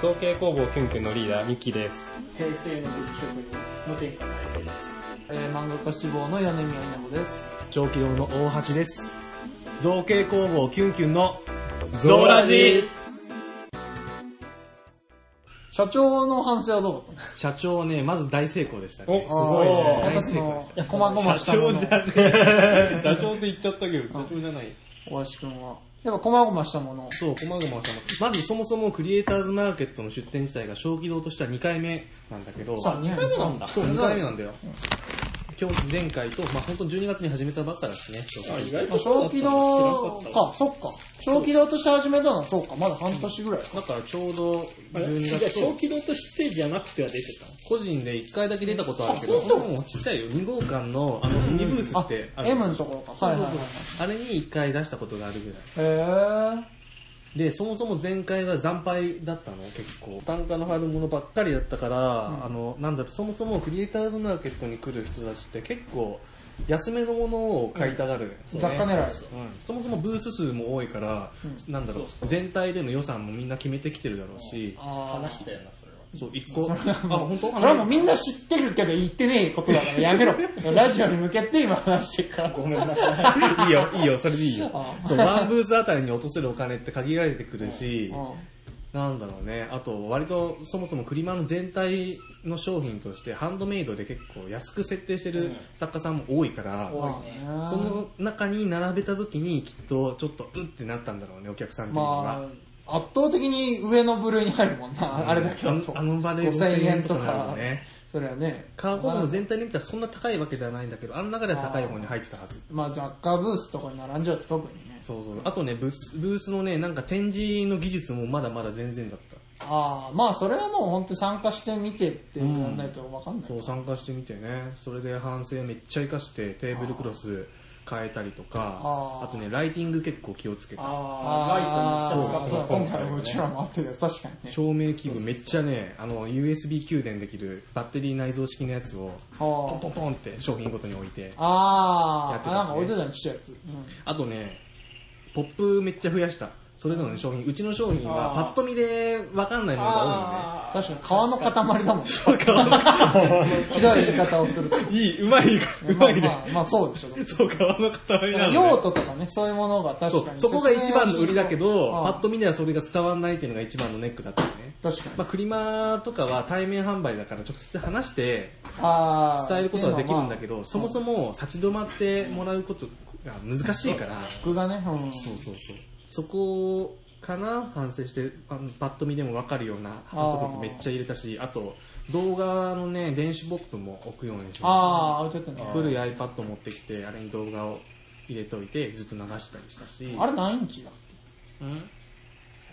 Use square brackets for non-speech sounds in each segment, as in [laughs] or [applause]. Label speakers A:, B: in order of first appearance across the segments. A: 造形工房キュンキュンのリーダーミキです
B: 平成の食に無添加の相手です。
C: えー、漫画家志望の米宮稲穂です。
D: 長期堂の大橋です造形工房キュンキュンのゾーラジ
C: 社長の反省はどうだっ
D: 社長ねまず大成功でした
A: お
D: ね
A: すごいね
C: たのなんか
D: 大
C: そ
D: 成功で
C: のい
D: し、
C: や、こまごま
D: た
C: した
D: 社
C: もの
D: 長じゃねえ社長って言っちゃったけど社長じゃない
C: 大橋くんは。やっぱこまごましたもの。
D: そうこまごましたのまずそもそもクリエイターズマーケットの出店自体が小規堂としては2回目なんだけど
C: さあ、2
A: そうなんだ
D: そう2回目なんだよ今日前回と、まあ、本当に12月に始めたばっかだしね。
B: あ、意外と
C: 小気道か、そっか。小気道として始めたのはそうか、まだ半年ぐらいか。
D: だからちょうど
B: あれ
D: 12
B: じゃあ、
D: 月
B: 小
D: と
B: 気道としてじゃなくては出てたの
D: 個人で1回だけ出たことあるけど、もうちっちゃいよ。2号館のあのミニブース
C: あ
D: って、ある
C: M のところか。
D: そう
C: はい
D: そう
C: はい
D: そうあれに1回出したことがあるぐらい。
C: はい。へ
D: で、そもそも前回は惨敗だったの、結構。単価の張るものばっかりだったから、あの、なんだろう、そもそもクリエイターズマーケットに来る人たちって結構、安めのものを買いたがる。
C: え。雑貨狙い。
D: そもそもブース数も多いから、なんだろう全体での予算もみんな決めてきてるだろうし、
C: あ
B: 話したよな、それは。
D: そう、一個、あ、本当
C: あ。俺はもうみんな知ってるけど言ってねえことだからやめ
D: [laughs]
C: ろ。ラジオに向けて今話してるから。
B: ごめんなさい。
D: [laughs] いいよ、いいよ、それでい
C: [laughs]
D: いよ
C: あ。
D: そう、ワンブースあたりに落とせるお金って限られてくるし、
C: う
D: なんだろうね、あと、割とそもそもクリマの全体の商品として、ハンドメイドで結構安く設定してる作家さんも多いから、
C: ん。
B: 多いね
C: まあ
D: その中に並べた時にきっとちょっとうってなったんだろうね、お客さんっていうのが。
C: まあ、圧倒的に上の部類に入るもんな、あれだけだと。
D: あのあの場で
C: 5000
D: 5000
C: 円
D: 円
C: と
D: とかな
C: か
D: のね。
C: それはね。
D: カーボンの全体で見たらそんな高いわけではないんだけど、あの中では高い方に入ってたはず。
C: まあ、雑貨ブースとかに並んじゃうと特にね。
D: そうそう。あとね、ブース、ブースのね、なんか展示の技術もまだまだ全然だった。
C: ああ、まあ、それはもう本当に参加してみてってやんないとわかんない。
D: そう参加してみてねそれで反省めっちゃ生かしてテーブルクロス変えたりとか
C: あ
D: あ
C: ー
D: とねライティング結構気をつけた
B: あー、ライトめっちゃ使
C: そう
B: っ
C: そ
B: た
C: う今回もうちらもあってけど、確かにね。
D: 照明器具めっちゃねあの USB 給電できるバッテリー内蔵式のやつを
C: あー
D: ポンポンポンって商品ごとに置いてや
C: あ
D: って
C: あ、
D: たしね
C: なんか置いてたのちっちゃいやつ。うん
D: あとねポップめっちゃ増やしたそれぞれの商品うちの商品は
B: あー
D: パッと見で分かんないものが
B: あー
C: 確かに革の塊だもん。ひ
D: 多いの
C: どい言い方をすると。
D: ねいいうまい
C: ま
D: [laughs]
C: あ
D: うまい
C: まあ
D: ね、
C: まあそうでしょ。
D: そう皮
C: だ
D: の塊
C: か
D: な
C: ら
D: の
C: 用
D: ね
C: 途とかね、そういうものが
D: そ
C: 確か
D: う
C: に。
D: そこが一番の売りだけど、
C: うん
D: パッと見ではそれが伝わらないっていうのが一番のネックだったよね。
C: 確かに
D: まあ、クリマとかは対面販売だから直接話して
C: あー
D: 伝えることはできるんだけど、そも
C: も。
D: そも立ち止まってもらうことが難しいから、
C: 僕がね、うん。
D: そうそうそう。そこかな反省して、あのパッと見でもわかるような
C: あー
D: そことめっちゃ入れたし、あと動画のね、電子ポップも置くようにしま
C: ああ、置いてった
D: した。
C: ね。
D: 古い iPad 持ってきて、あれに動画を入れといて、ずっと流したりしたし。
C: あれ何インチだ
D: うん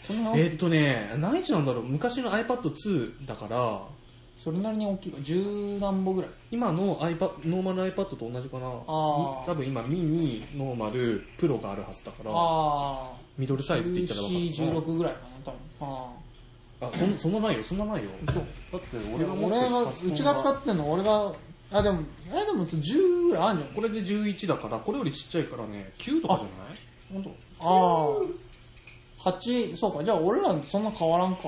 C: そんな
D: えーっとね、何インチなんだろう昔の iPad2 だから、
C: それなりに大きいか。十何本ぐらい。
D: 今の iPad、ノーマル iPad と同じかな。
C: あー
D: 多分今、ミニ、ノーマル、プロがあるはずだから、
C: あ
D: ミドル
C: あ、
D: サイズって言ったら
C: 14、
D: 分か
C: 16ぐらいかな、多
D: る。あ、そんそんなないよ、そんなないよ。だって
C: 分。うん。俺が、うちが使ってんの、俺が、あ、でも、え、でも10ぐらいあるんじゃない
D: これで11だから、これよりちっちゃいからね、9とかじゃない
C: 本当。ああ。8、そうか、じゃあ俺らそんな変わらんか。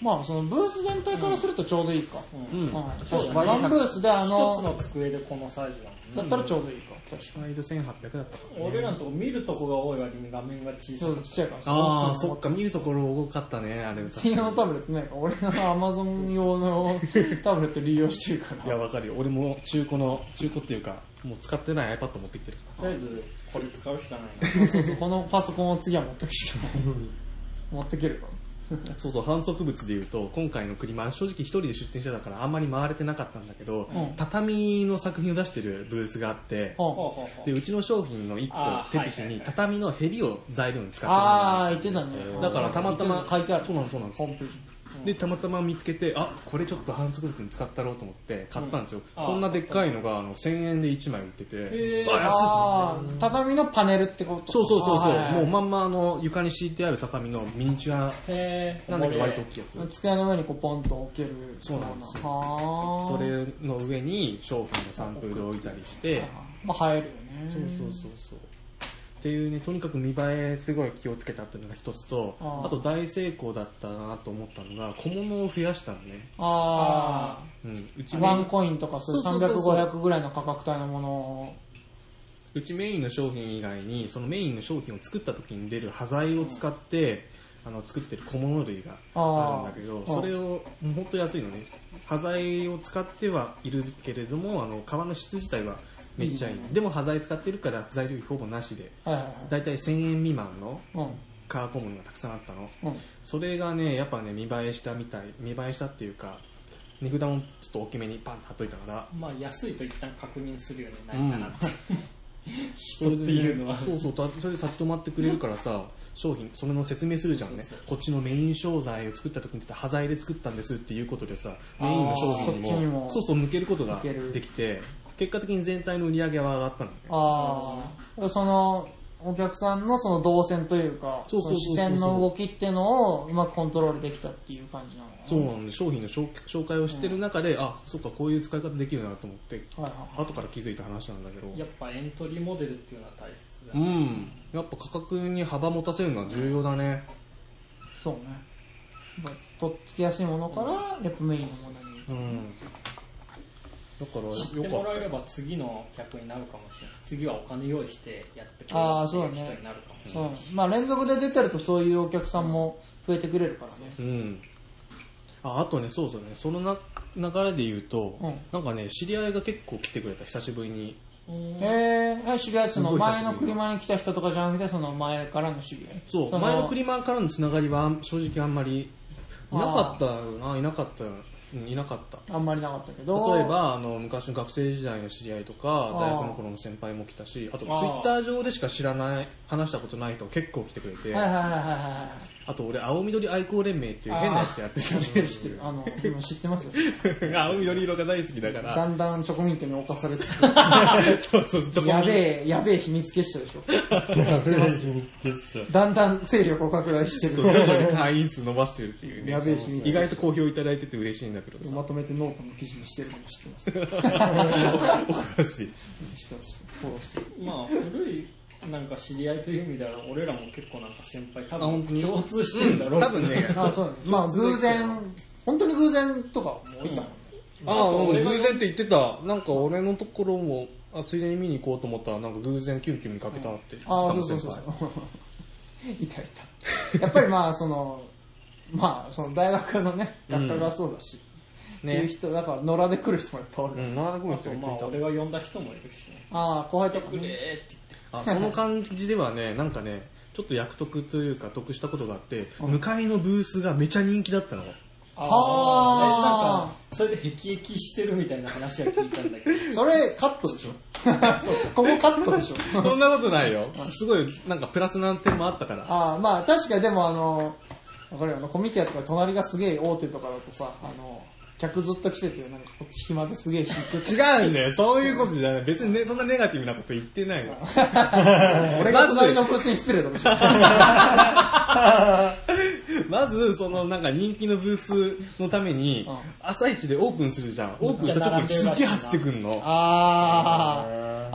C: まあ、そのブース全体からするとちょうどいいか。
B: うん
D: うん。
C: はい
B: そう
C: 確かにワンブースであ
B: 一つの
C: の、
B: 机でこのサイズだもんね。
C: だったらちょうどいいか。確かに。
D: サイド1800だったから、
B: 俺らのとこ見るとこが多い割に画面が小さ
C: そ、
B: いう
C: ちっちゃいから。
D: ああ、そっか、見るところ多かったね、あれ歌。
C: 専用のタブレットないから、俺のアマゾン用のタブレット利用してるか
D: いや、
C: ら。
D: わかるよ。俺も中古の、中古っていうか、もう使ってない iPad 持ってきてるから。
B: とりあえず、これ使うしかない
C: そうそう、このパソコンを次は持ってくしかない。持ってけるか。
D: そうそう、反則物で言うと、今回のクリマ、正直一人で出店してたからあんまり回れてなかったんだけど、
C: うん
D: 畳の作品を出してるブースがあって、
C: う
B: な。
C: ん
B: ほうほうほう
D: で、うちの商品の一個
B: あー
D: 手口
B: はいはいは
D: に
B: い
D: 畳のヘリを材料に使ってるのが
C: ああ、言ってたね。
D: だからたまたま、
C: 書いてある。
D: そうなんですそうなんです
C: ホームページ。
D: で、たまたま見つけて、あ、これちょっと反則物に使ったろうと思って買ったんですよ。
B: うんあー
D: こんなでっかいのが、あの、1000円で1枚売ってて、
B: へー
D: あ、安い
C: ああ、畳のパネルってこと
D: そうそうそうそう、もう
C: も
D: まんまあの、床に敷いてある畳のミニチュア
B: へー
D: なんだけど割と大きいやつ。
C: う。机の上にこうポンと置ける。
D: そうなんですよ
C: はあ。
D: そ。れの上に商品のサンプルを置いたりして、
C: まあ、映えるよね。
D: そうそうそうそう。ってっていうねとにかく見栄えすごい気をつけたっていうのが一つと
C: あ
D: あ
C: ー
D: と大成功だったなと思ったのが小物を増やしたのね、
C: あ
D: うん、う
C: ー
D: ちメイ
C: ワ
D: ン
C: ンコインとかそういう
D: そうそうそうそう
C: 300500ぐらいの価格帯のものを
D: うちメインの商品以外にそのメインの商品を作った時に出る端材を使って、あの作ってる小物類があるんだけど
C: あー
D: それをもうほんと安いのね端材を使ってはいるけれどもあの革の質自体はめっちゃいい、でも端材使ってるから材料費ほぼなしで
C: はいはい
D: だいたい1000円未満の
C: はい
D: 革小物がたくさんあったの
C: うんうん
D: それがねやっぱね見栄えしたみたい見栄えしたっていうか値札もちょっと大きめにパンと貼っといたから
B: まあ安いと一旦確認するよね、
D: う
B: なんいかなって。
D: そ
B: っ
D: れ
B: ていうのは
D: そうそうたそれで立ち止まってくれるからさ商品それの説明するじゃんね
B: そうそう
D: こっちのメイン商材を作った時に出た端材で作ったんですっていうことでさメインの商品
C: あー
D: にも
C: そっちにも
D: そうそう抜けることが
C: 抜ける
D: できて結果的に全体の売り上げは上がったのね
C: ああそのお客さんのその動線というか
D: そうそうそうそう
C: の視線の動きっていうのをうまくコントロールできたっていう感じなのかな
D: そうなんで商品の紹紹介をしてる中で、あそっかこういう使い方できるなと思って
C: はいはいはい
D: 後から気づいた話なんだけど
B: やっぱエントリーモデルっていうのは大切だ
D: う
B: ね。
D: んやっぱ価格に幅持たせるのは重要だね
C: そうねやっぱとっつきやすいものからやっぱメインのものに
D: うんだから
B: 知って
D: よ
B: も
D: からっ
B: え
D: た
B: れば次の客になるかもしれない。次はお金用意してやってくれる
C: あーそうだ
B: って
C: ね
B: いう人になるかもしれない。
C: そうまあ連続で出てるとそういうお客さんも増えてくれるからね
D: うん。あ、あとね、そうそうね、そのな流れで言うと、
C: うん
D: なんかね、知り合いが結構来てくれた、久しぶりに。
B: うん
C: へえー、知り合いその
D: すごい久
C: 前
D: しぶ
C: の
D: り
C: クリマに来た人とかじゃなくてその前からの知り合い
D: そう、
C: の
D: 前のクリマーからのつながりは正直あんまり、いなかったよな、いなかったよ、うんいなかった。
C: あんまりなかったけど
D: 例えばあの昔の学生時代の知り合いとか
C: あー
D: 大学の頃の先輩も来たしあとツイ
B: あー
D: ッター上でしか知らない話したことない人結構来てくれて
C: はいはい
D: あ
C: はいはいは
D: [laughs] と俺青緑愛好連盟っていう変なやつやって
C: い知ってる知ってるあの今知ってますよ
D: た [laughs] 青緑色が大好きだか
C: [laughs]
D: ら
C: だんだんチョコミントに侵されてて
D: [laughs] そうそうそうちょこ
C: や
D: ん
C: べえやべえ秘密結社でしょ知ってます
A: 結社。
C: だんだん勢力を拡大して
D: そう徐々に
C: る
D: 会員数伸ばしてるっていうね。
C: やべえ日に
D: 意外と好評いただいてて嬉しいんだけどさ。
C: まとめてノートの記事にしてるのも知ってます知って
D: おかしい。
C: ますフォローしてる
B: まあ古いなんか知り合いという意味では俺らも結構なんか先輩多
D: あ本
B: 分
D: 当に
B: 共通してるんだろう
D: 多分
C: [laughs]
D: ね、
C: あそうねま
D: [laughs]
C: あ偶然本当に偶然とかもいたもんね
D: あ、俺偶然って言ってた。なんか俺のところも、あついでに見に行こうと思ったら、なんか偶然キュンキュン見かけたって。
C: ああそうそうそう
D: [laughs]
C: そう
D: 多分先輩
C: いたいたやっぱりまあそのまあその大学のね学科がそうだし、
D: うん
C: っていう人だから野良で来る人もいっぱいおる、
D: うん、なんだこ
B: あ
D: の
B: と
D: 人
B: まあ
D: が
B: 俺
D: い
B: が呼んだ人もいるしね
C: ああ後輩とか
B: くれーっ
C: ね
B: て言って
D: た。あ、その感じではね、なんかね、ちょっと役得というか得したことがあって、向かいのブースがめちゃ人気だったの。
B: あー
C: あー
B: えなんかそれで辟易してるみたいな話は聞いたんだけ
C: [laughs]
B: ど
C: それカット [laughs] でしょここカットでしょ
D: そんなことないよ。すごい、なんかプラスな点もあったか
C: [laughs]
D: ら。
C: ああまあ確かにでもあのわかるよあのコミティアとか隣がすげえ大手とかだとさあの客ずっと来ててなんかこっち暇ですげえ引く [laughs]
D: 違うんだよ、そういうことじゃない。別にね、そんなネガティブなこと言ってないの。
C: 俺が隣のブースに失礼だもん
D: [laughs] まず、そのなんか人気のブースのために、朝一でオープンするじゃん。オープンした直後にすっげえ走ってくんの。
C: あ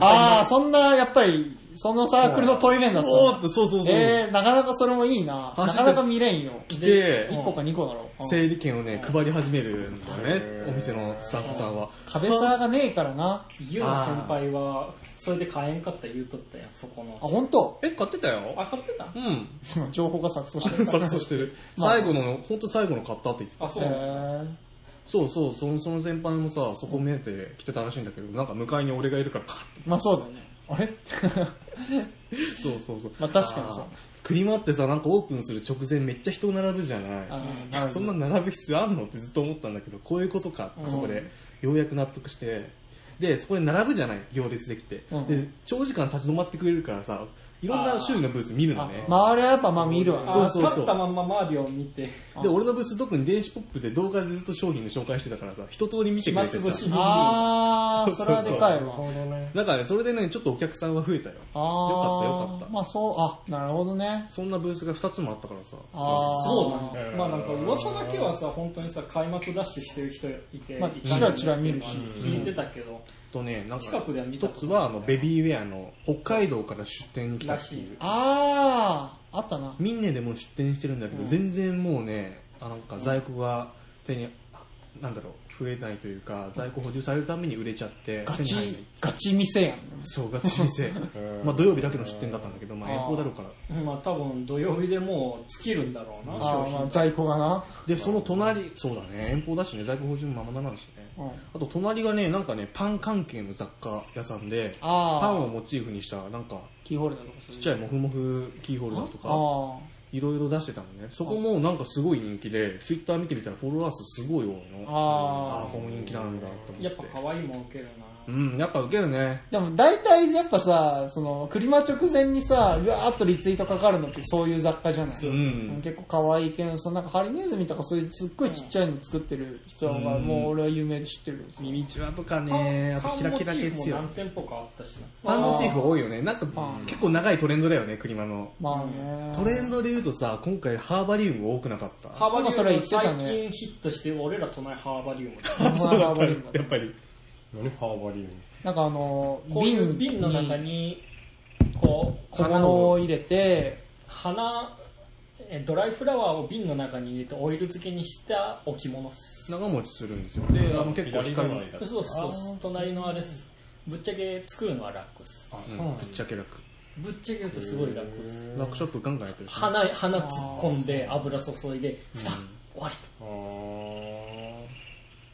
C: あああそんなやっぱりそのサークルのトイメンだった
D: おーって、そうそうそう。
C: えー、なかなかそれもいいな。な
D: 走って
C: かなか見れんよ。
D: 来て、
C: 1個か2個だろ。
D: 整理券をね、配り始めるんだよね、お店のスタッフさんは。
C: 壁サーがねえからな。あ、
B: ゆうの先輩はそれで買えんかった言うとったやんそこの
C: ほんと
D: え、買ってたよ
B: あ買ってた
D: う
C: [laughs]
D: ん。
C: 情報が錯綜してる。
D: 錯綜してる。
C: まあ
D: 最後の、ほんと最後の買ったって言ってた。
B: あそう、
C: へー
D: そうそう、そのその先輩もさ、そこ目当て来てたらしいんだけど、なんか向かいに俺がいるからカッて
C: まあそうだよね。あれ
D: そうそうそう。
C: まあ確かにそう
D: あー。クリマってさ、なんかオープンする直前めっちゃ人並ぶじゃな
C: [laughs] あー
D: [laughs] い。そんな並ぶ必要あんのってずっと思ったんだけど、こういうことかってそこで、ようやく納得して、で、そこに並ぶじゃない、行列できて。
C: うん
D: で、長時間立ち止まってくれるからさ、いろんな種類のブース見るの
C: あ
D: ね。
C: 周りはやっぱまあ見るわね。
D: そうそうそう
B: あ立ったまんま周りを見て
D: で、俺のブース特に電子ポップで動画でずっと商品の紹介してたからさ、一通り見てく
B: 暇
D: れて
B: つぶし
D: さ。
B: に
C: あー、
D: そ
C: そうれ
D: そう
C: は
D: そ
C: で
D: う
C: かい
B: なる
C: わ。
B: ほどね
D: だからね、それでね、ちょっとお客さんは増えたよ。よ
C: あ
D: かった
C: ー
D: よかった。
C: まあそう、あ、なるほどね。
D: そんなブースが2つもあったからさ。
C: あー。
B: そうなんだまあなんか噂だけはさ本当にさ開幕ダッシュしてる人いて、
C: まあ
B: いたり
C: ちらちら見るし
B: 聞いてたけど、
D: とね、なん
B: 近
D: か
B: くでは見た
D: 一
B: こと
D: つ
B: ない
D: はあのベビーウェアの北海道から出店に来たって
B: らし
D: いう
B: い。
C: あー、あったな。
D: ミンネでも出店してるんだけど、
B: うん
D: 全然もうね、あなんか在庫が手に、なんだろう、増えないというか、在庫補充されるために売れちゃって、
C: ガ
D: 手に入んな
C: チ
D: い、
C: ガチ店やん。
D: そう、ガチ店。まあ土曜日だけの出店だったんだけど、まあ遠方だろうから。
B: まあ多分土曜日でもう尽きるんだろうな、
C: あ
B: 商
C: ー、
B: 品
C: まあ、在庫がな。
D: で、その隣、そうだね、遠方だしね、在庫補充もままならんしね。
C: うん。
D: あと隣がね、なんかね、パン関係の雑貨屋さんで、
C: あー
D: パンをモチーフにした、なんか、
C: キーホルダーとかす
D: ち
C: る
D: っちゃいモフモフキーホルダーと
C: あ
D: か、
C: ー。
D: いろいろ出してたのね。そこもなんかすごい人気で、ツイッター見てみたらフォロワー数すごい多いの。ああ
C: あ
D: ー、この人気なんだと思って。
B: やっぱ可愛いもん受けるな、
D: うん、やっぱウケるね。
C: ー。でも大体やっぱさ、その、クリマ直前にさ、うわーっとリツイートかかるのってそういう雑貨じゃない
D: うん。
C: 結構可愛い系の、そのなんかハリネズミとかそういうすっごいちっちゃいの作ってる人は、
D: うん
C: もう俺は有名で知ってるけどさ。
D: 耳チワとか
B: パン
D: ね、あとキラキラ系
B: パンモチーフ
D: 強い
B: も。何店舗かあったしな
D: パンモチーフ多いよね。なんか
C: うん
D: 結構長いトレンドだよね、クマの。
C: まあね。
D: トレンドで言うとさ、今回ハーバリウム多くなかった。
B: ハーバリ
C: それ言
B: ウム
C: ってたね
B: 最近ヒットして俺ら隣ハーバリウムだ
C: お前が
D: [laughs]
C: 暴れるんだ
D: やっぱり。
A: 何ハーバリウム
C: なんかあの、
B: こういう瓶の中にこう
C: 小物を入れて、
B: 花えドライフラワーを瓶の中に入れてオイル漬けにした置物っす
D: 長持ちするんですよ。で、あの結構光る。
A: だ
B: そうっすそうっす隣のあれっすぶっちゃけ作るのは楽っす
A: あ
D: う
A: そ
D: ん
A: うなん
D: ぶっちゃけ楽。
B: ぶっちゃけ言うとすごい楽っす
D: ワークショップガンガンやってるしね。
B: 花花突っ込んで油注いでふた終わ
A: あー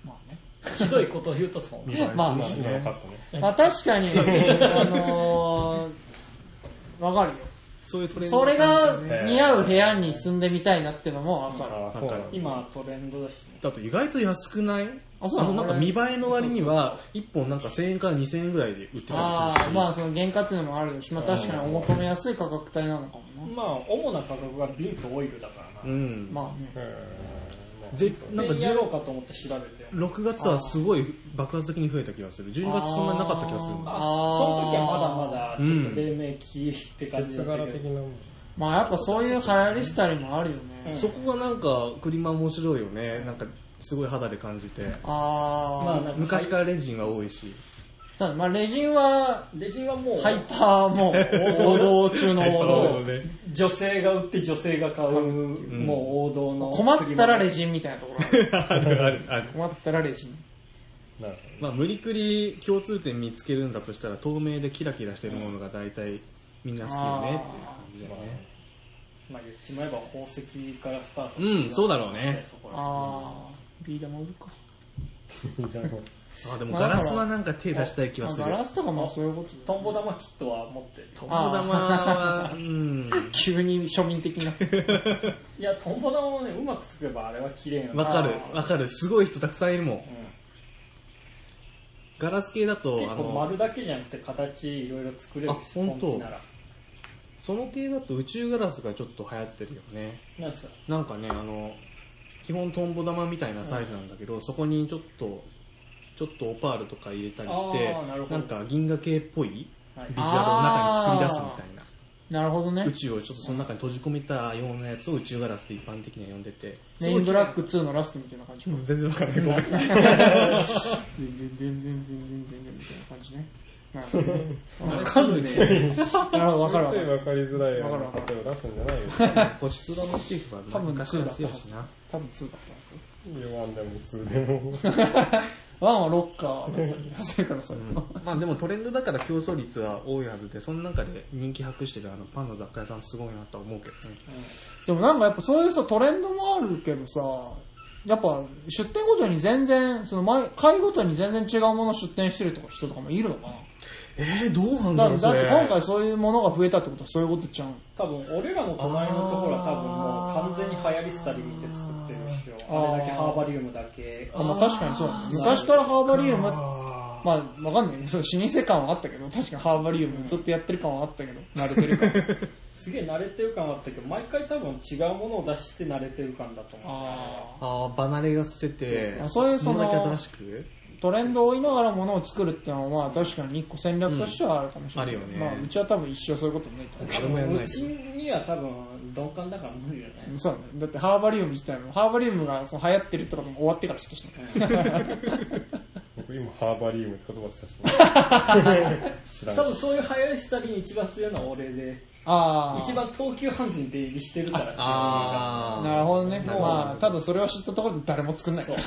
C: まあね。
B: りひどいことを言うとそう
D: 見栄え
C: まあ
D: 美
A: まあ
D: しい
A: 今分か
D: ね
A: ったね
C: まあ確かに、あのー、わかるよ。
D: そういうトレンド。
C: それが似合う部屋に住んでみたいなってのもわかる。
A: あーそうなんだ
B: 今トレンドだしね
D: だと意外と安くない
C: あそうなの
D: のなんか見栄えの割には、1本なんか1000円から2000円ぐらいで売ってたりするし。
C: ああ、まあその原価っていうのもあるし、まあ確かにお求めやすい価格帯なのかもな。
B: まあ主な価格が瓶とオイルだからな
D: うん。
C: まあね。
A: へ
D: ぜなんか
B: でやろう
D: 16
B: かと思って調べて
D: 6月はすごい爆発的に増えた気がする。12月そんなになかった気がする。
B: あ
C: あー
B: その時はまだまだちょっと黎明期って
A: ー
B: 感じだ
A: 節
B: った
A: 柄
B: [laughs] け
A: 的
B: ど、
A: なもん
C: まあやっぱそういう流行りしたりもあるよ
B: うん
C: ね。
D: そこがなんか、クリマ面白いよね。なんか、すごい肌で感じて。
B: ま
C: あ
B: あなんか
D: 昔からレジンが多いし。
C: あ、ただまあレジンは、
B: レジンはもう
C: ハイパーも王道中の王道。
B: 女性が売って女性が買う、もう王道の
C: 困ったらレ
B: ジ
C: ジンみたいなところある
D: あるあるある。
C: 困ったらレジン。
A: なる
D: まあ、無理くり共通点見つけるんだとしたら、透明でキラキラしてるものが大体みんな好きよねっていう感じだよね。
B: まあ言っちまえば宝石からスタート
D: うんそうだろうね
B: そこら
C: あー、ビー玉売るか。
A: ほどなるほど
D: あ、でもガラスはなんか手出したい気はす
C: まあ
D: る
C: ガ。ラスとかもそういうことだ
B: トンボ玉キットは持ってる
D: トンボ玉は、うん。
C: 急に庶民的な。
B: いやトンボ玉もねうまく作ればあれは綺麗なんだ
D: わかる、わかる。すごい人たくさんいるもん。ガラス系だ
B: うん
D: と、
B: 結
D: あ
B: 構
D: の、
B: 丸だけじゃなくて形いろいろ作れる
D: あ
B: し
D: 本当
B: 本気なら
D: その系だと宇宙ガラスがちょっと流行ってるよね。
B: なんですか
D: なんかね、あの、基本トンボ玉みたいなサイズなんだけど、そこにちょっと、ちょっとオパールとか入れたりして
B: あーなる、ほど
D: なんか銀河系っぽいビジュア
B: はい
D: ルを中に作り出すみたいな。
C: なるほどね
D: 宇。宙をちょっとその中に閉じ込めたようなやつを宇宙ガラスって一般的には呼んでて。
C: メインブラック2のラストみたいな感じ。
D: もう全然わかんない。ごめん
C: 全然全然全然全然みたいな感じね。なるほどね。
B: わかんね
C: なるほど、わかるわ
A: ち
C: か
A: ょい
C: る。
A: 分かりづらいよう
C: わか
A: な
C: るわか
A: 例えを出すんじゃないよ
D: 星空モチーフは
C: 多分
D: 昔から強いしな。
C: 多分2だったんですよ。
A: ワンでもツーでも
C: 1はロッカーだったりするからさ。
D: まあでもトレンドだから競争率は多いはずで、その中で人気博してるあのパンの雑貨屋さんすごいなとは思うけどね。
C: でもなんかやっぱそういうさ、トレンドもあるけどさ、やっぱ出店ごとに全然、その前、回ごとに全然違うもの出店してるとか人とかもいるのか
D: えー、どうな
C: なだ
D: んだろう
C: だって今
D: それ
C: 回そういうものが増えたってことはそういうことちゃうん。
B: 多分俺らの隣のところは多分もう完全に流行りスタリー見て作ってるっしょ
C: あー
B: あれだけハーバリウムだけ
C: あまあ確かにそうだね。昔からハーバリウム、
D: あ
C: まあわかんない。その老舗感はあったけど、確かにハーバリウムずっとやってる感はあったけど、慣れてる感。
B: すげえ慣れてる感あったけど毎回多分違うものを出して慣れてる感だと思う
C: [laughs] あ
D: ーあー、離れがしてて、
C: あ。そういうそ
D: そんだけ
C: の
D: 新、しく
C: トレンドを追いながらものを作るってのはまあ確かに一個戦略としてはあるかもしれない。
D: うんあるよね
C: まあうちは多分一生そういうことないと思う。
D: 誰もやんないう
B: ちには多分鈍感だから無理だね
C: そうだね。だってハーバリウム自体も、ハーバリウムがその流行ってるってことも終わってからしかしない。
A: 僕今ハーバリウムって言葉したし [laughs] 知らん
B: 多分そういう流行りしたりに一番強いのは俺で
C: ああ。
B: 一番東急ハンズに出入りしてるから
D: あ
C: なるほどね。
B: なるほど
C: まあ、ただそれを知ったところで誰も作んないから。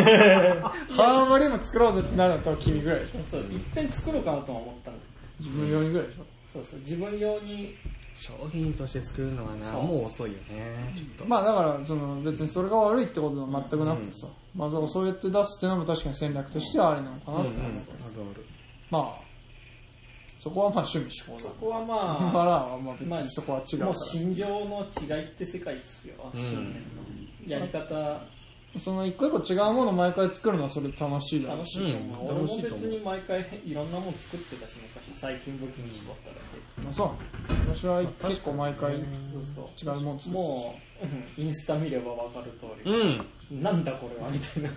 C: [laughs] ハーバリウム作ろうぜってなると君ぐらいでしょ。
B: そういっぺん作ろうかなとは思ったんだ
C: 自分用にぐらいでしょ。
B: そうそう自分用に
D: 商品として作るのはな
B: そう
D: もう遅いよねちょっと
C: まあだから、その別にそれが悪いってことは全くなくてさ。まあそうそうやって出すってのも確かに戦略としてはありなのかなって
D: うんあ
C: 思う
D: る
C: けど
D: ある
C: まあ、そこはまあ趣味思考
B: そ
C: だ。
B: こはま
C: だか
B: あ
C: ら、まあ別にそこは違うか
B: も
C: ら
B: う。心情の違いって世界っすよ、
D: うん
B: 信念のやり方
C: その一個一個違うものを毎回作るのはそれ楽しいだろう
B: 楽
C: し
B: しいと思う、
D: うん楽しい
B: 俺も
D: と思う
B: 別に毎回いろんなもん作ってたし昔最近武器に絞っただけ、
C: まあそうなの私は結構毎回違う
B: そう
C: も
B: そ
C: の
B: う
C: 作って
B: もう、うんインスタ見れば分かる通り、
D: うん
B: なんだこれはみたいな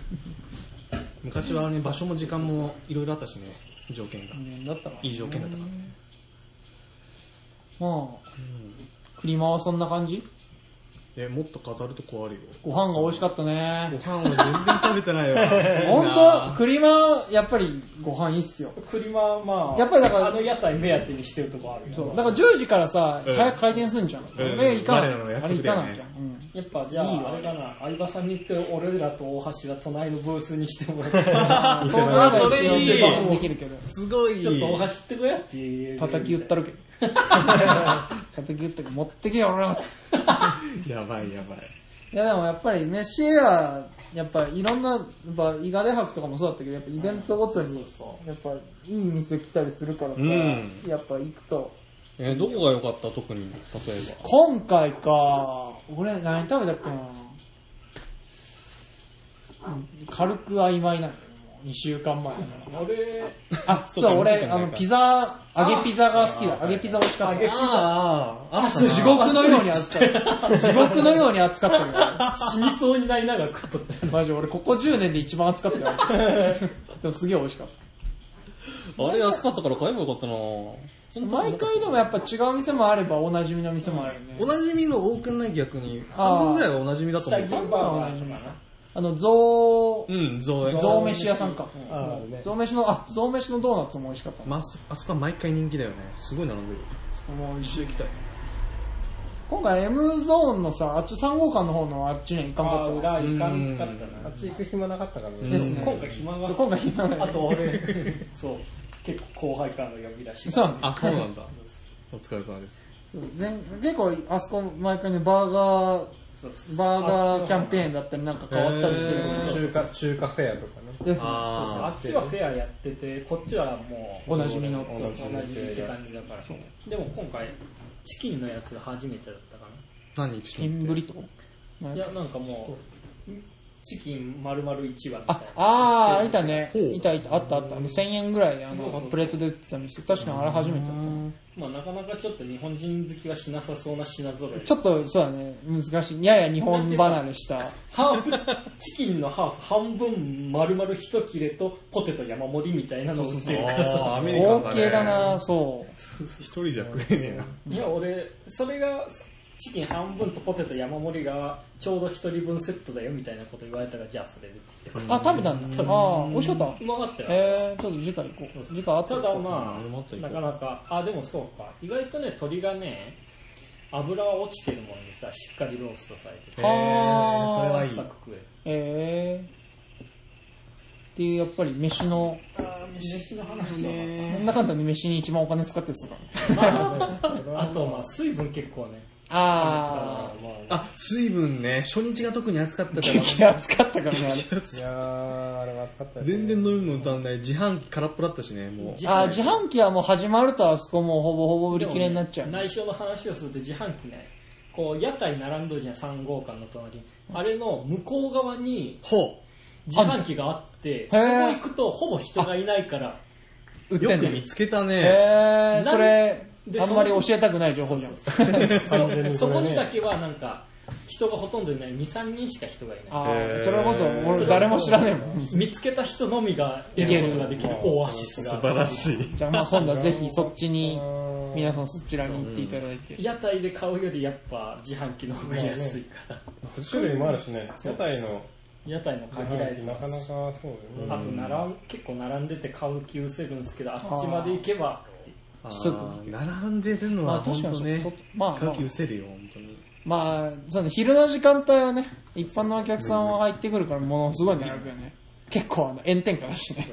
B: [laughs]
D: 昔はね場所も時間もいろいろあったしね条件が
C: 人間だったから
D: いい条件だったからね
C: まあ、クリマはそんな感じ
D: えもっと語るとこあるよ
C: ご飯が美味しかった
D: ご
C: ね。
D: 飯俺全然食べてないわ
C: ほんと、
D: [laughs] 本
C: クリマはやっぱりご飯いいっすよ。
B: クリマはまあ
C: やっぱりだから
B: あの屋台目当てにしてるとこあるよ
C: そう。だから10時からさ、
D: うん
C: 早く開店すんじゃん。
D: ん
C: 俺行かない。
D: 我らの
C: あ
D: 約
C: れ
D: 束
C: 行
D: だよ
C: か
D: ね
C: なきゃ。うん。
B: やっぱじゃあ
C: いいよ
B: あれだな相葉さんに言って俺らと大橋は隣のブースにしても
C: [laughs]
B: らって
C: そうすれば一応定番できるけど。
D: すごい
B: ちょっと大橋行ってこやっていう
C: 叩き打ったる
D: [laughs]
C: けど。叩き打ったけど、持ってけよ、俺はっつって。
D: やばいやばい
C: いやでもやっぱり飯は、やっぱいろんな、やっぱ伊賀で博とかもそうだったけど、やっぱイベントごとに、やっぱいい店来たりするからさ、
D: うん
C: やっぱ行くと。
D: えどこが良かった特に例えば
C: 今回か、俺何食べたっけなうん軽く曖昧なんだけど、もう2週間前だから。
B: 俺
C: あ、
D: そう
C: そう、
D: か二週
C: 俺、
D: 間
C: あ
D: 前
C: の、
D: か
C: ピザ、揚げピザが好きだ。揚げピザ美味しかった。
D: ああああ
C: そう地獄のように扱った。地獄のように扱ったよ
B: 死にそうになりながら食っとった
C: 俺。マジ俺ここ10年で一番扱った [laughs] よ。でもすげえ美味しかった。
D: あれ安かったから買えばよかったなそんな
C: 毎回でもやっぱ違う店もあればおなじみの店もあるよね。
D: おなじみの多くない逆に
C: あー
D: 半分ぐらいはおなじみだと
B: 下
D: 思
B: 着
D: う
B: バーガーとかな
C: あの、ゾ
D: うん造
C: ウ、
D: 園
C: ゾウ飯屋さんか。
B: あるね
C: ゾウ飯の、あ、ゾウ飯のドーナツも美味しかった。
D: まあそあそこは毎回人気だよねすごい並んでる
C: もう一緒に行きたい。今回 M ゾーンのさ、あっち3号館の方のあっちには行かん
B: あ
C: か
B: ー
C: ったわ。
B: 裏行かんかった
A: あ
B: な
A: っち行く暇なかったからね。
C: ですね。
B: 今回暇が
C: そう今回今
B: あと俺そう結構後輩からの呼び出し
C: そう
B: が
C: なんだ
D: [laughs] あそうなんだお疲れ様です
C: そう全結構あそこ毎回ね、バーガー、
B: そうそう
C: バーガーキャンペー
B: ン
C: ンだったりなんか変わったりしてる
D: へー
A: 中華、中華フェアとかね。
C: ですね。
D: あ
B: あっちはフェアやっててこっちはもう
C: おなじみの。
B: そう同じって感じだからでも今回チキンのやつが初めてだったか
D: あ何日
C: インブリとか
B: ないやなんかもうチキン丸々1羽みたい
C: あ、
B: な
C: あーいたね。
D: ほう
C: いたいた、あったあった。あの1000円ぐらいで、あ
B: そうそ
C: の
B: うそ、う
C: プレートで売ってた店。確かにあれ初めてだっ
B: まあなかなかちょっと日本人好きはしなさそうな品揃え
C: た。ちょっと、そうだね、難しい。やや日本離れした。
B: ハーフ、チキンのハーフ半分丸々一切れとポテト山盛りみたいなのを売ってるから
D: そうそうそうあー
B: さ
D: ア。メリカ
C: 合計だな、そう。
D: 一人じゃ食えね
B: いや、俺、それが、チキン半分とポテト山盛りがちょうど一人分セットだよみたいなこと言われたから、じゃあそれでって言って。
C: あ、食べたんだ。あー美味しかった
B: う。まかったよ。
C: えー、ちょっと次回行こう。次回あった
B: た
C: ら
B: だ
C: 行こ
B: ま
D: 俺もっと
B: あ、
D: 行こ
B: な
D: う
B: かなか、あ、でもそうか。意外とね、鶏がね、油は落ちてるもんでさ、しっかりローストされてて
D: え。
C: はあ
D: それ
B: サ
D: は
B: クサク食え
D: いい
B: る。
C: う。えー。っていう、やっぱり飯の、
B: 飯の話だわ
C: なんだかんだ飯に一番お金使ってる人だからね。
B: あと、まあ、水分結構ね。
C: あ
B: まあ
D: あ水分ね初日が特に暑かったか
C: ー。激
D: ら
C: 熱かったからね、あれ。
A: いやー、あれは暑かったですね
D: [laughs] 全然飲み物足んない自販機空っぽだったしねもう
B: じ
C: あー自販機はもう始まるとあそこもうほぼほぼ売り切れになっちゃう、
B: でもね内緒の話をすると自販機ねこう屋台並んどるじゃん3号館の隣にあれの向こう側に
D: ほ
B: 自販機があってそこ
C: ー
B: 行くとほぼ人がいないから
C: 売っ
D: うよ
C: てん
D: く
C: の
D: 見つけた
C: へ
D: ね
C: え
B: な
C: それ
B: で
C: あんまり教えたくない情報じゃん
B: そ
A: 全に
B: そこ
A: これね
B: にだけはなんか人がほとんどいない23人しか人がいない
C: あー
D: へー
C: それこそ俺誰も知らねえもん
B: 見つけた人のみが得ることができるオアシス
D: 素
B: が
D: 晴らしい
C: じゃあまあ今度はぜひそっちに
A: うん
C: 皆さんそちらに行っていただいて
B: 屋台で買うよりやっぱ自販機の方が安いから
A: 種類もあるしね、屋台の
B: 屋台も限られて
A: な
B: ま
A: かなか
B: すし
A: そうだよね
B: あとなら結構並んでて買う気失せるんですけどあっちまで行けばって
D: あ
C: すぐ
D: ー並んでるのは
C: まあ確
D: 本
C: かに
D: 当ね
C: そまあまあ
D: 空気失せるよ本当に
C: まあ、その昼の時間帯はね、一般のお客さんは入ってくるから、ものすごい並ぶよね。結構あの炎天下だしね、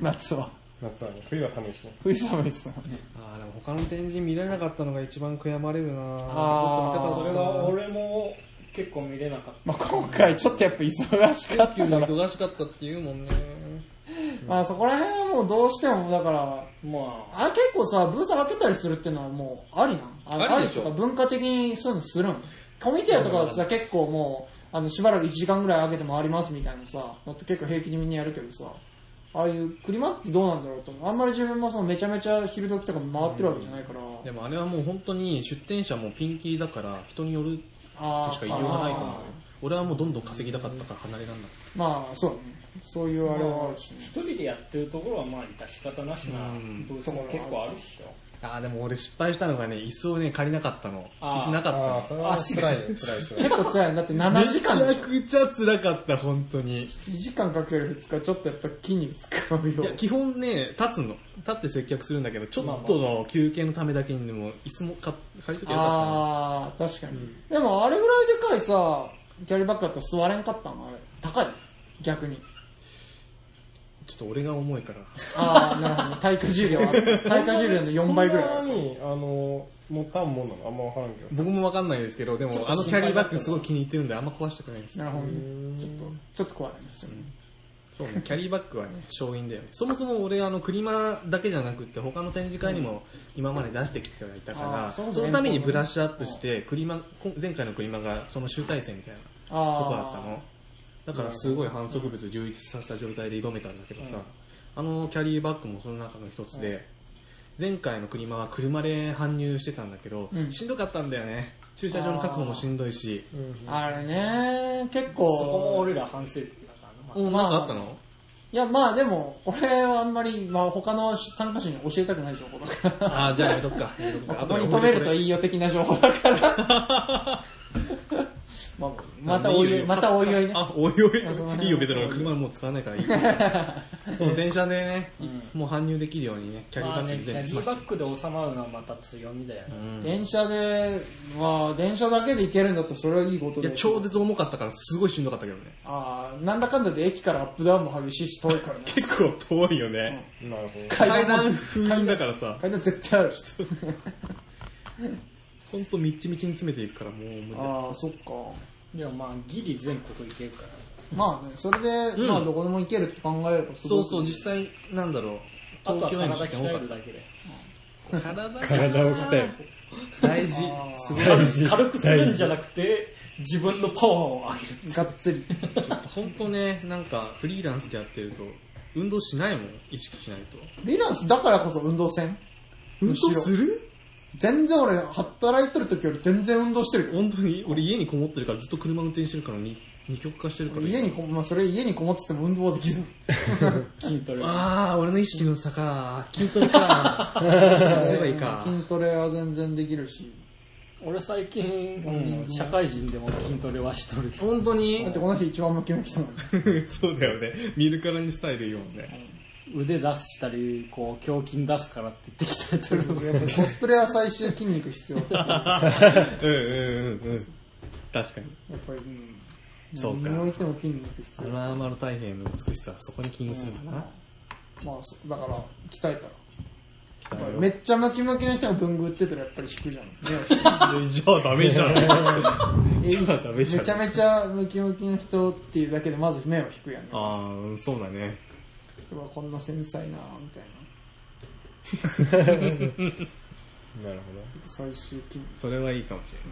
C: 夏は。
A: 夏はね冬は寒いしね
C: 冬寒いですもんね。
D: ああでも他の展示見られなかったのが一番悔やまれるな
C: あー
D: ちょっと
B: そ
D: だ
B: れ
D: から
B: は俺も結構見れなかっ
C: まあ今回ちょっとやっぱ忙しかっ
D: そ
C: たか
D: れが野
C: ら
D: 球。が忙しかったっていうもんね
C: [laughs] まあそこら辺はもうどうしても、だから、
B: たまあ
C: あ結構さ、ブース開けたりするっていうのはもうありなん
D: ありでしょ
C: とか文化的にそういうのするんコミュニティアとかだとさ、結構もう、あの、しばらく1時間ぐらい開けて回りますみたいなさ、のって結構平気にみんなやるけどさ、ああいうクリマってどうなんだろうと思うあんまり自分もそのめちゃめちゃ昼時とか回ってるわけじゃないから、
D: でもあれはもう本当に出店者もピンキリだから人による
C: あ
D: と
C: ー
D: しか言いようがないと思
C: か
D: う
C: な
D: 俺はもうどんどん稼ぎたかったから離れらんなかっ
C: まあそうね。そういうあれはあるし [laughs] ね。
B: 一人でやってるところはまあ致し方なしな
D: うん
B: ブースも結構あるっしょ
D: たあーでも俺失敗したのがね椅子をね借りなかったの
B: あー
D: 椅子なかった
A: ああ
D: の
A: それは辛いよ辛い辛い
C: 結構辛いんだって7時間
D: め
C: でし
D: ち
C: ょ
D: ゃくちゃ辛かった本当に
C: 1時間かける2日ちょっとやっぱ筋肉使う
D: い
C: よ
D: や基本ね立つの立って接客するんだけどちょっとの休憩のためだけにでも椅子もか借りときゃよかっ
C: ああ確かに、でもあれぐらいでかいさキャリーバッグだったら座れんかったんあれ高い逆に
D: たちょっと俺が重いから
C: ああなるほど耐荷重量ある耐荷重量の4倍ぐらいあ
A: そん
C: る
A: なにあの持たんもんなのあんま分からんけどさ
D: 僕もわかんないですけどで
B: ちょっ
D: も
B: と
D: あのキャリー
B: 心配だ
D: バッ
B: った
D: グ
B: な
D: すごい気に入ってるんであんま壊したくないんですよ
C: なるほど
A: う
C: ね
A: ん
C: ちょっとちょっと怖いねそれ
D: そうねキャリーバッグはね勝因だよねそもそも俺あのクリマだけじゃなくて他の展示会にも今まで出してきてはいたから、
C: あーそうだ
D: そ
C: ね
D: のためにブラッシュアップしてクリマこ前回のクリマがその集大成みたいなとこだった
C: あ
D: のだからすごい反則物充実させた状態で挑めたんだけどさ、あのキャリーバッグもその中の一つで、前回の車は車で搬入してたんだけど、
C: うん
D: しんどかったんだよね駐車場の確保もしんどいし
A: うん
C: ああれね結
B: そこも
C: 構
B: 俺ら反省点だからなまあ
D: おなんかあったの、
C: いやまあでもこれはあんまり、まあ、他の参加者に教えたくない情報だから
D: あーじゃあやめとくかやめとく
C: ま
D: か
C: あここに止めるといいよ的な情報だから
D: [laughs]
C: まあまたおいおいまたおいおいね
D: あ、おいお
C: あそう
D: い。いいよ、別に俺車もう使わないから
C: [laughs]
D: いいよ。その電車でね、もう搬入できるようにね、キャリー
B: まあ
D: バッグ
B: ね
D: に
B: キャ
D: 全部
B: リ
D: 済
B: ー
D: まし
B: バ
D: た。
B: ッグで収まるのはまた強みだよね
D: うん
C: 電車で、まあ、電車だけで行けるんだったらそれはいいこと
D: い
C: で。
D: や、超絶重かったからすごいしんどかったけどね。
C: ああ、なんだかんだで駅からアップダウンも激しいし、遠いからね。
D: 結構遠いよね。
A: なるほど
D: [laughs] 階
C: も
D: 段封印だからさ、
C: 階段絶対ある
D: [laughs]
C: し。
D: ほんとみっちみちに詰めていくからもう無理だ。
C: ああ、そっか。
B: でもまあギリ全国行けるから
C: まあね、それで、
D: うん
C: まあ、どこでも行けるって考えればす
D: そ
C: ご
D: う
C: く。
D: そう、実際、なんだろう。
B: あとは
D: 東京への
B: 体
D: 出店
B: 鍛
D: 多
B: え
D: かっ
B: るだけで
D: た。体が
A: 体を鍛える
D: 大事。すごい。ちょ
A: 大事
B: 軽くするんじゃなくて自分のパワーを上げる
C: がっつり。
D: っとほんとね、なんかフリーランスでやってると、運動しないもん、意識しないと。
C: リランスだからこそ運動せん。
D: 運
C: むしろ
D: 動する
C: 全然俺、働いてる時より全然運動してるけど。
D: 本当に俺家にこもってるからずっと車運転してるからに二極化してるから
C: 家にこ、まあ、それ家にこもってても運動はできず。
B: 筋 [laughs] トレ
D: ああ俺の意識の差か筋トレか [laughs] すればいいか
C: 筋トレは全然できるし。
B: 俺最近、うん社会人でも筋トレはしとる
D: 本当に
C: だってこの人一番ムキムキだもん。
D: [laughs] そうだよね見るからにスタイルいいもんね
B: 腕出したりこう胸筋出すからって言ってきたりとる
C: やっぱコスプレは最終筋肉必要っていうやっ
D: うんうんうんうん確かに
C: ぱり、うん、
D: そうか
C: 何を着ても筋肉必要。
D: まあまあの太平の美しさはそこに気にするんだな
C: まあ、そうだから、鍛えたら。
D: 期待
C: やっぱり
D: を
C: めっちゃムキムキな人が文具売ってたらやっぱり引くじゃ
D: [laughs]
C: ん。ね
D: じゃあダメじ [laughs] ゃん
C: え
D: じゃあダメ
C: め
D: じゃん
C: ちゃめちゃムキムキの人っていうだけでまず目を引くやん、ね。
D: ああそうだね
C: うわこんな繊細なみたい
A: なるほど
C: な。最終筋肉。
D: それはいいかもしれない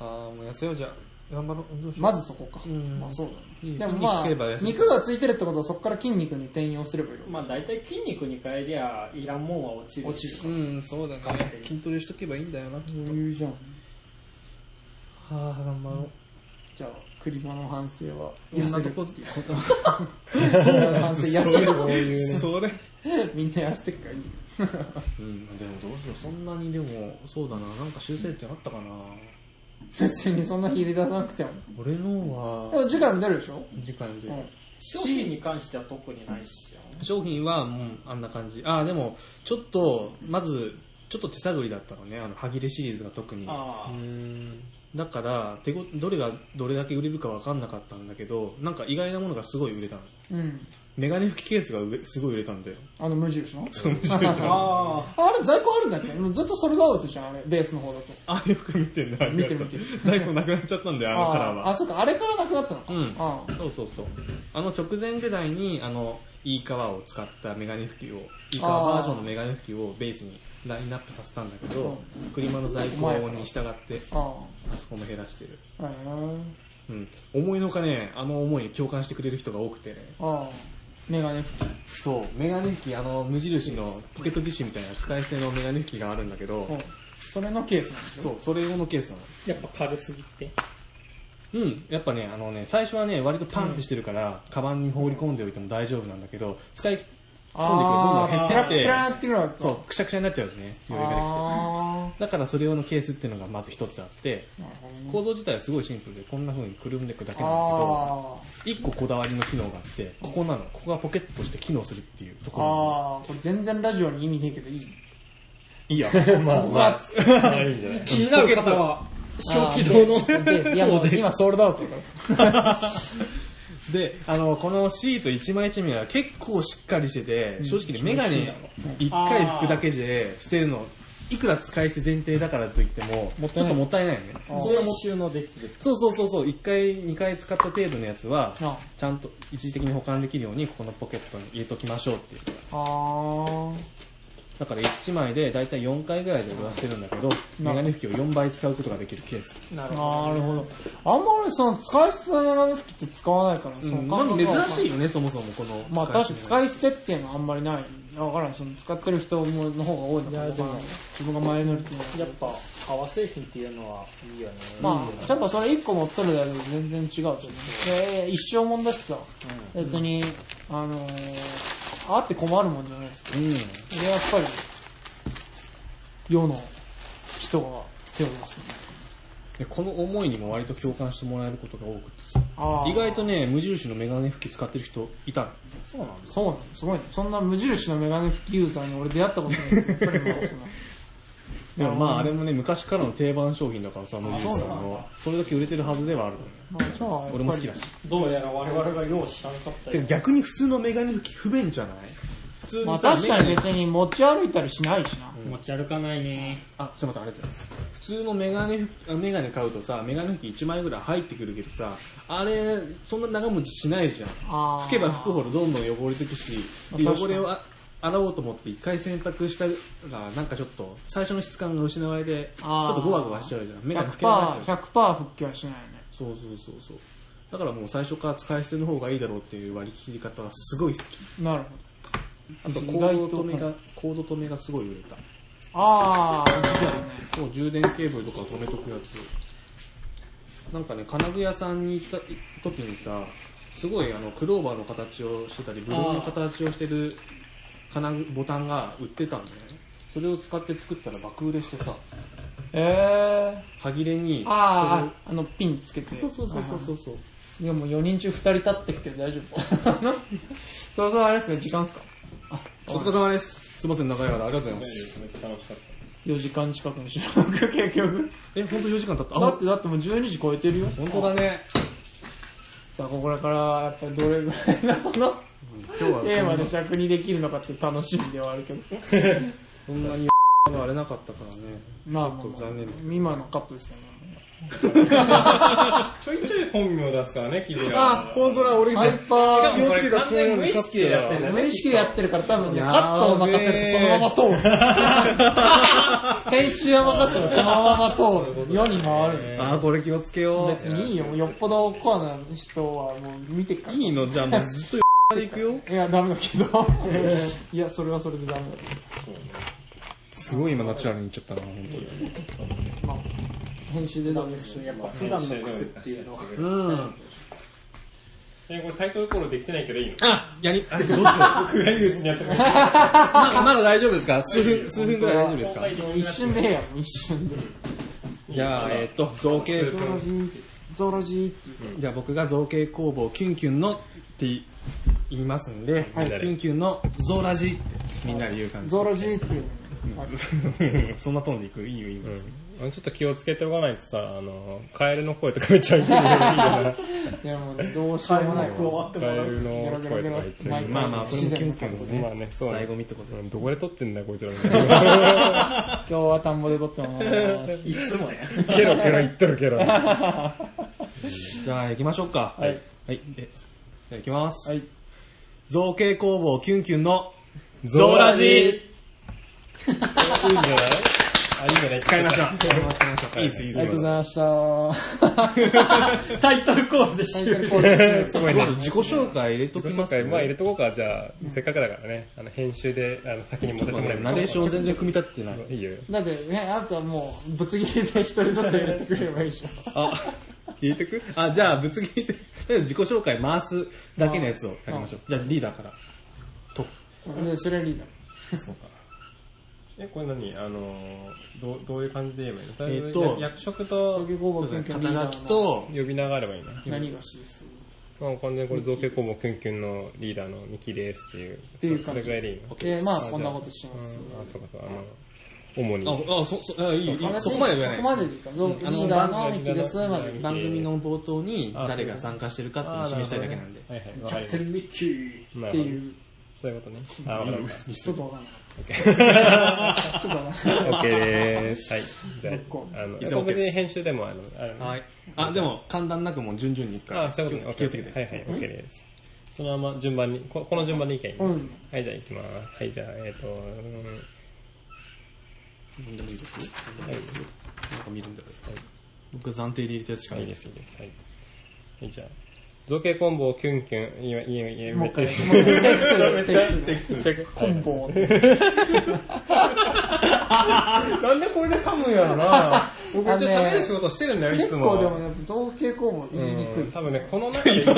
D: ああもう痩せようじゃあ頑張ろう運動しよう
C: まずそこか。
D: うん
C: まあそうだ
D: いい
C: ね。でもまあ
D: 肉つけば痩、せる
C: 肉がついてるってことはそこから筋肉に転用すればいいよ。
B: [laughs] まあ大体筋肉に変えりゃいらんもんは落ちる
C: 落ちる
D: うんそうだ
B: 頑張って
D: ね筋トレしとけばいいんだよな
C: 余裕じゃん。
D: はあ頑張ろう
C: じゃあ、車の反省は、
D: こんな
C: 痩せ
D: と
C: る
D: こって [laughs] こと
C: [laughs] 反省痩せるこういうね。
D: それ
C: みんな痩せてっからいいよ
D: うんでもどうしようそんなにでもそうだななんか修正点あったかな
C: 別にそんな日入り出さなくても。
D: 俺の
C: で
D: は
C: も次回も出るでしょ
D: 次回の出
C: う
D: る、
C: ん。
B: 商品に関しては特にないっすよ。
D: 商品はもうあんな感じああでもちょっとまずちょっと手探りだったのねあの歯切れシリーズが特に
B: ああ、
D: だから手ごどれがどれだけ売れるか分かんなかったんだけどなんか意外なものがすごい売れたの
C: うん。
D: メガネ拭きケースが売れすごい売れたんだよ
C: あの無印の
D: そう無印の
B: あ
C: あれ在庫あるんだっけもうずっとソルドアウトじゃん、あれ。ベースの方だと。
D: あよく見てんだありがとう
C: 見てる見てる
D: 在庫なくなっちゃったんだよあのカラー
C: ああ、
D: は
C: そうか、あれからなくなったのか。
D: うん
C: あ
D: そうそうそうあの直前ぐらいにあのいい皮を使ったメガネ拭きをいい皮バージョンのメガネ拭きをベースにラインナップさせたんだけど車の在庫に従って
C: あ。あ
D: あそこも減らしてる
C: あ。へえ
D: うん思いのほかねあの思いに共感してくれる人が多くてね
C: ああ。メガネ拭き。
D: そう、メガネ拭き、あの、無印のポケットティッシュみたいな使い捨てのメガネ拭きがあるんだけど
C: そ、う。それのケースなんでし
D: そ
C: ょ
D: う、それ用のケースなの。
B: やっぱ軽すぎて。
D: うん、やっぱね、あのね、最初はね、割とパンってしてるから、カバンに放り込んでおいても大丈夫なんだけど、使い込んでいくとどんどん減
C: あ
D: っ
C: あ、
D: て
C: ペ
D: っ
C: ラペラ
D: て、
C: ってくるわけか。
D: そう、くしゃくしゃになっちゃうとね、余裕がで
C: あ
D: きて。だからそれ用のケースっていうのがまず一つあって、
C: あ。なるほどね。
D: 構造自体はすごいシンプルで、こんな風にくるんでいくだけなんだけど、
C: あ
D: 一個こだわりの機能があって、ここなの。ここがポケットとして機能するっていうと
C: あ。
D: ころなの。
C: ああ。これ全然ラジオに意味ねえけどいい。
D: いいや。
A: [laughs] まあ、
C: ここ
A: ま
C: が
A: あ、まあいいんじゃない
B: 気になる方は、小気道 [laughs] の
C: あーベースベースいやもう今ソールドアウトだから。
D: で、あの、このシート一枚一枚は結構しっかりしてて、正直ね、メガネ一回拭くだけで捨てるの、いくら使い捨て前提だからといっても、
C: もったい
D: ちょっ
C: ない
D: ともったいないよね。
C: あー
B: それも収納できる。
D: そうそうそうそう、一回、二回使った程度のやつは
C: あ、
D: ちゃんと一時的に保管できるように、ここのポケットに入れときましょうっていう。
C: あ
D: だから一枚でだいたい4回ぐらいで売らせてるんだけど、メガネ拭きを4倍使うことができるケース。
B: な
C: あ。
B: るほ
C: なるほど。あんまりその使い捨てのメガネ拭きって使わないから、そ
D: うん、
C: の
D: ま
C: 感
D: ず
C: 覚がわかんない
D: 珍しいよね、そもそもこの。
C: まあ確かに
D: 使い捨て
C: 使い捨てっていうのはあんまりない。わからん、その使ってる人もの方が多いのか
B: いや
C: わ
B: で
C: か
B: も
C: らん自分がマイノリティなの
B: ど。やっぱ、革製品っていうのはいいよね。
C: まあ、やっぱそれ一個持っとるだけで全然違うと思う。で、一生もんだしさ、別に、あのー、あって困るもんじゃないです。
D: うん。
C: それはやっぱり、世の人が手を出すね。
D: でこの思いにも割と共感してもらえることが多くてさ
C: あー
D: 意外とね無印のメガネ拭き使ってる人いたの
B: そうなんです。
C: そうなの、すごいね。そんな無印のメガネ拭きユーザーに俺出会ったことないけど。やっぱりまあその
D: でもまああれもね昔からの定番商品だからさ無印さん
C: そうなん
D: のそれだけ売れてるはずではあるのよ
C: [laughs] まあじゃあやっぱり
D: 俺も好きだし
B: どうやら我々が用意しなかった
D: で
B: よ
D: も。逆に普通のメガネ拭き不便じゃない普通
C: まあ
D: にさ
C: 確かに
D: メガ
C: 別
D: ネ
C: に持ち歩いたりしないしな。
B: 持ち歩かないね。
D: あすいませんありがとうございます普通のメガネ拭きあメガネ買うとさメガネ拭き1枚ぐらい入ってくるけどさあれそんな長持ちしないじゃん
C: あー
D: 拭けば拭くほどどんどん汚れてくし、
C: まあ
D: で
C: 確かに
D: 汚れをあ洗おうと思って一回洗濯したら、なんかちょっと、最初の質感が失われて、ち
C: あー
D: ょっとゴワゴワしちゃうじゃん。目が拭けなくなっちゃう。
C: 100%、100%復帰はしないよね。
D: そうそうそうそう。だからもう最初から使い捨ての方がいいだろうっていう割り切り方がすごい好き。
C: なる
D: あと、
C: 意
D: コ
C: 外
D: ー
C: と
D: ド止めが、コード止めがすごい売れた。
C: ほど。ああ、そうだね。
D: もう充電ケーブルとか止めとくやつ。なんかね、金具屋さんに行った時にさ、すごいあの、クローバーの形をしてたり、ブドウの形をしてる金具、ボタンが売ってたんだよね。それを使って作ったら爆売れしてさ、
C: ええ
D: 歯切れに、
C: ああ、あの、ピンつけて。。
D: それそうそうそうそううそう。
C: いや、もう4人中2人立ってくけど大丈夫。そろそろあれですね、時間ですか
D: お疲れ様です。すいません、長い間ありがとうございま
A: め
D: す。
A: っちゃ楽しかった。
C: ?4 時間近くにしなく結局。
D: え、ほんと4時間経った。あ、
C: だって、だってもう12時超えてるよ。
D: ほんとだね。
C: さあ、ここから、やっぱりどれぐらいがその、
D: 今日は
C: テーマで
D: そんな
C: 尺にできるのかって楽しみではあるけど。
D: そんなに、あれなかったからね。
C: まあ、まあ
D: ちょっと残念
C: 今のカットですよね。
A: ちょいちょい本名出すからね、記事が。
D: あ、ほんとだ、俺
C: ハイパー。
A: しかもこれ完全無意識でやってんだよ
C: 無
A: ね。
C: 意識でやってるから多分ね、
D: や
C: カ
D: ー
C: ットを任せてそのまま通る。 [laughs] 編集は任せてそのまま通る。世に回る。
D: あー、これ気をつけよう。
C: 別にいいよ。よっぽどコアな人はもう見てっから。
D: いいのじゃあもうずっとまで行くよ。
C: いや、ダメだけど。いや、それはそれでダメだけ
D: すごい今ナチュラルにいっちゃったな、本
C: ど。まあ、編集でダメだし。
B: やっぱ普段の癖っていうのは。
D: 当に。うん。
A: え、これタイトルコールできてないけどいいの
D: あ、やり、あ、どうしよう。ま
A: 僕が言ううちにやってない。
D: だまだ大丈夫ですか数分、数分ぐらい大丈夫ですか
C: 一瞬でええやん、一瞬で。
D: じゃあ、えっと、造形、
C: ゾロジー、ゾロジーって言
D: じゃあ僕が造形工房キュンキュンのって言いますんで、
C: はい
D: キュンキュンのゾーラジってみんなで言う感
C: う。
D: じ。
C: ゾロジーって言うのね。
D: そんなトーンでいくいいよ、いいよ。
A: うん、ちょっと気をつけておかないとさ、あの、カエルの声とかめっちゃ入ってるよ
C: いやもうどうしようもない。
B: 加
D: [laughs]
B: わっても
A: カエ
B: らう。
A: ルの声とか入っちゃう。
D: まあまあ、これもキュンキュンですね。
A: まあね、そうね
D: 醍醐味ってことで
A: うんどこで撮ってんだこいつらみたい
C: [laughs]
A: な。
C: 今日は田んぼで撮ってもらいます。
B: いつもや。
A: ケロケロ言っとるけ
D: [laughs]
A: ど。は
D: じゃあ行きましょうか。
B: はい。
D: はい。えじゃあ行きます。
C: はい。
D: 造形工房キュンキュンのゾーラジ
A: いいんじゃないあ、いいんじゃない
D: 使いましょう。いいです、いい
C: ありがとうございました。
B: タイトルコールで終了。
A: [laughs] すごいね。
D: 自己紹介入れとき
A: 今
D: ます
A: 回、まあ入れとこうか、じゃあ、せっかくだからね、あの、編集で、あの、先に戻ってもらえ
D: ナレーション全然組み立ってない。
A: いいよ。
C: だってね、あとはもう、ぶつ切りで一人ずつ入れてくれればいいでしょ。
D: あ、入れてくあ、じゃあ、ぶつ切りで、とりあえず自己紹介回すだけのやつをやりましょう。じゃあ、リーダーから。と。
C: で、それはリーダー。
D: そうか。
A: え、これ何あの、どう、どういう感じで言えばいいのとりあえ
D: えっ
A: ず
D: と
A: 役職と
C: 東京工房研究リーダ
D: 肩書き
C: ーの
D: と、
A: 呼び名があればいいな。
C: 何がしです。
A: まあ、完全にこれ造形工房キュンキュンのリーダーのミキですっていう。
C: ていう
A: そ
C: 感
A: れ
C: じ
A: ぐらいでいいの
C: で、まあ、
A: あ
C: こんなことしてま
A: うんあ、
C: す。
A: そうかそう、あの、主に。
D: あ、あ、そ、そ、あいいいい、
C: 話
D: そこまで言
C: そ
D: わ
C: こ
D: ない。
C: まででいいか。リーダーのミキです。まで。
D: 番組の冒頭に誰が参加してるかっていうのを示したいだけなんで。
A: はいはい、
B: キ
A: わか
B: ャプテ
A: り
B: ンミッキー。
A: ま
C: っ
A: してた。
C: いう、
A: そういうことね。あ、わかりまし
C: ちょっとわかんない。ちょっとわかん
A: た。
C: ない。
A: OK でーす。はい。
C: 六個
A: じゃあ、あの、
D: いつも OK
A: 別
D: で
A: に編集でも、あの、あの、
D: はい。あ、でも、簡単なくもう順々にいくから。
A: あ、そういうことね。
D: 気をつけて。
A: はいはい、OK です。そのまま順番に、ここの順番でいけばいいの
C: うん
A: はい、じゃあ行きます。はい、じゃあ、えっと、うん
D: 何でもいいですよ。何でもいいですよ。なんか見るんだよ。僕は暫定で入れたやつしか
A: い
D: な
A: い
D: い
A: で
D: です。
A: す、いいです。はい。はい、じゃあ、造形コンボをキュンキュン、いや、いや、いや、
C: もう
A: [laughs] めっ
C: 一
A: ちゃ
C: 回、、もう
A: め
C: 一回、
A: っちゃ、めっちゃめっちゃ
C: コンボ。
A: なんでこれで噛むんやろな僕
C: あのね
A: 一応喋る仕事してるんだよ、い
C: 結
A: つも。
C: 構でもね、造形工房言いにく
A: うん
C: い。
A: 多分ね、この中で一番、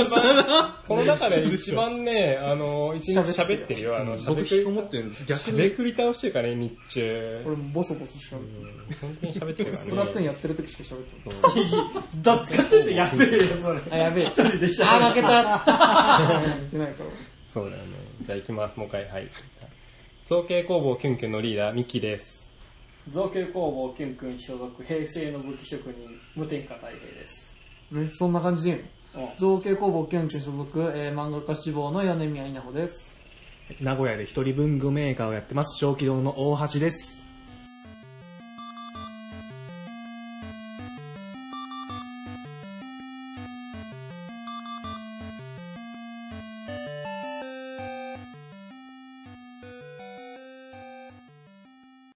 A: この中で一番ね、あの、一日喋ってるよ、あの、喋
D: 僕引きこ
A: り、
D: もってるんです。逆に。
A: 喋り倒してるからね、日中。
C: 俺もボソボソしちゃう。
A: 本当に喋ってる
C: スプ
A: か
C: ラト
A: ら
C: ゥーン
A: ね。
C: やってる時しか喋ってない。
B: だって勝手にやべえよ、それ。
C: [laughs] あ、やべえ。
B: 一人でしゃ
C: あ、負けた。 [laughs] やってないから。
A: そうだよね。じゃあ行きます、もう一回。はい。じゃあ造形工房キュンキュンのリーダー、ミキです。
B: 造形工房キュンキュン所属、平成の武器職人、無添加太平です。
C: え、そんな感じでいいの
B: うん
C: 造形工房キュンキュン所属、えー漫画家志望の米宮稲穂です。
D: 名古屋で一人文具メーカーをやってます。小気道の大橋です。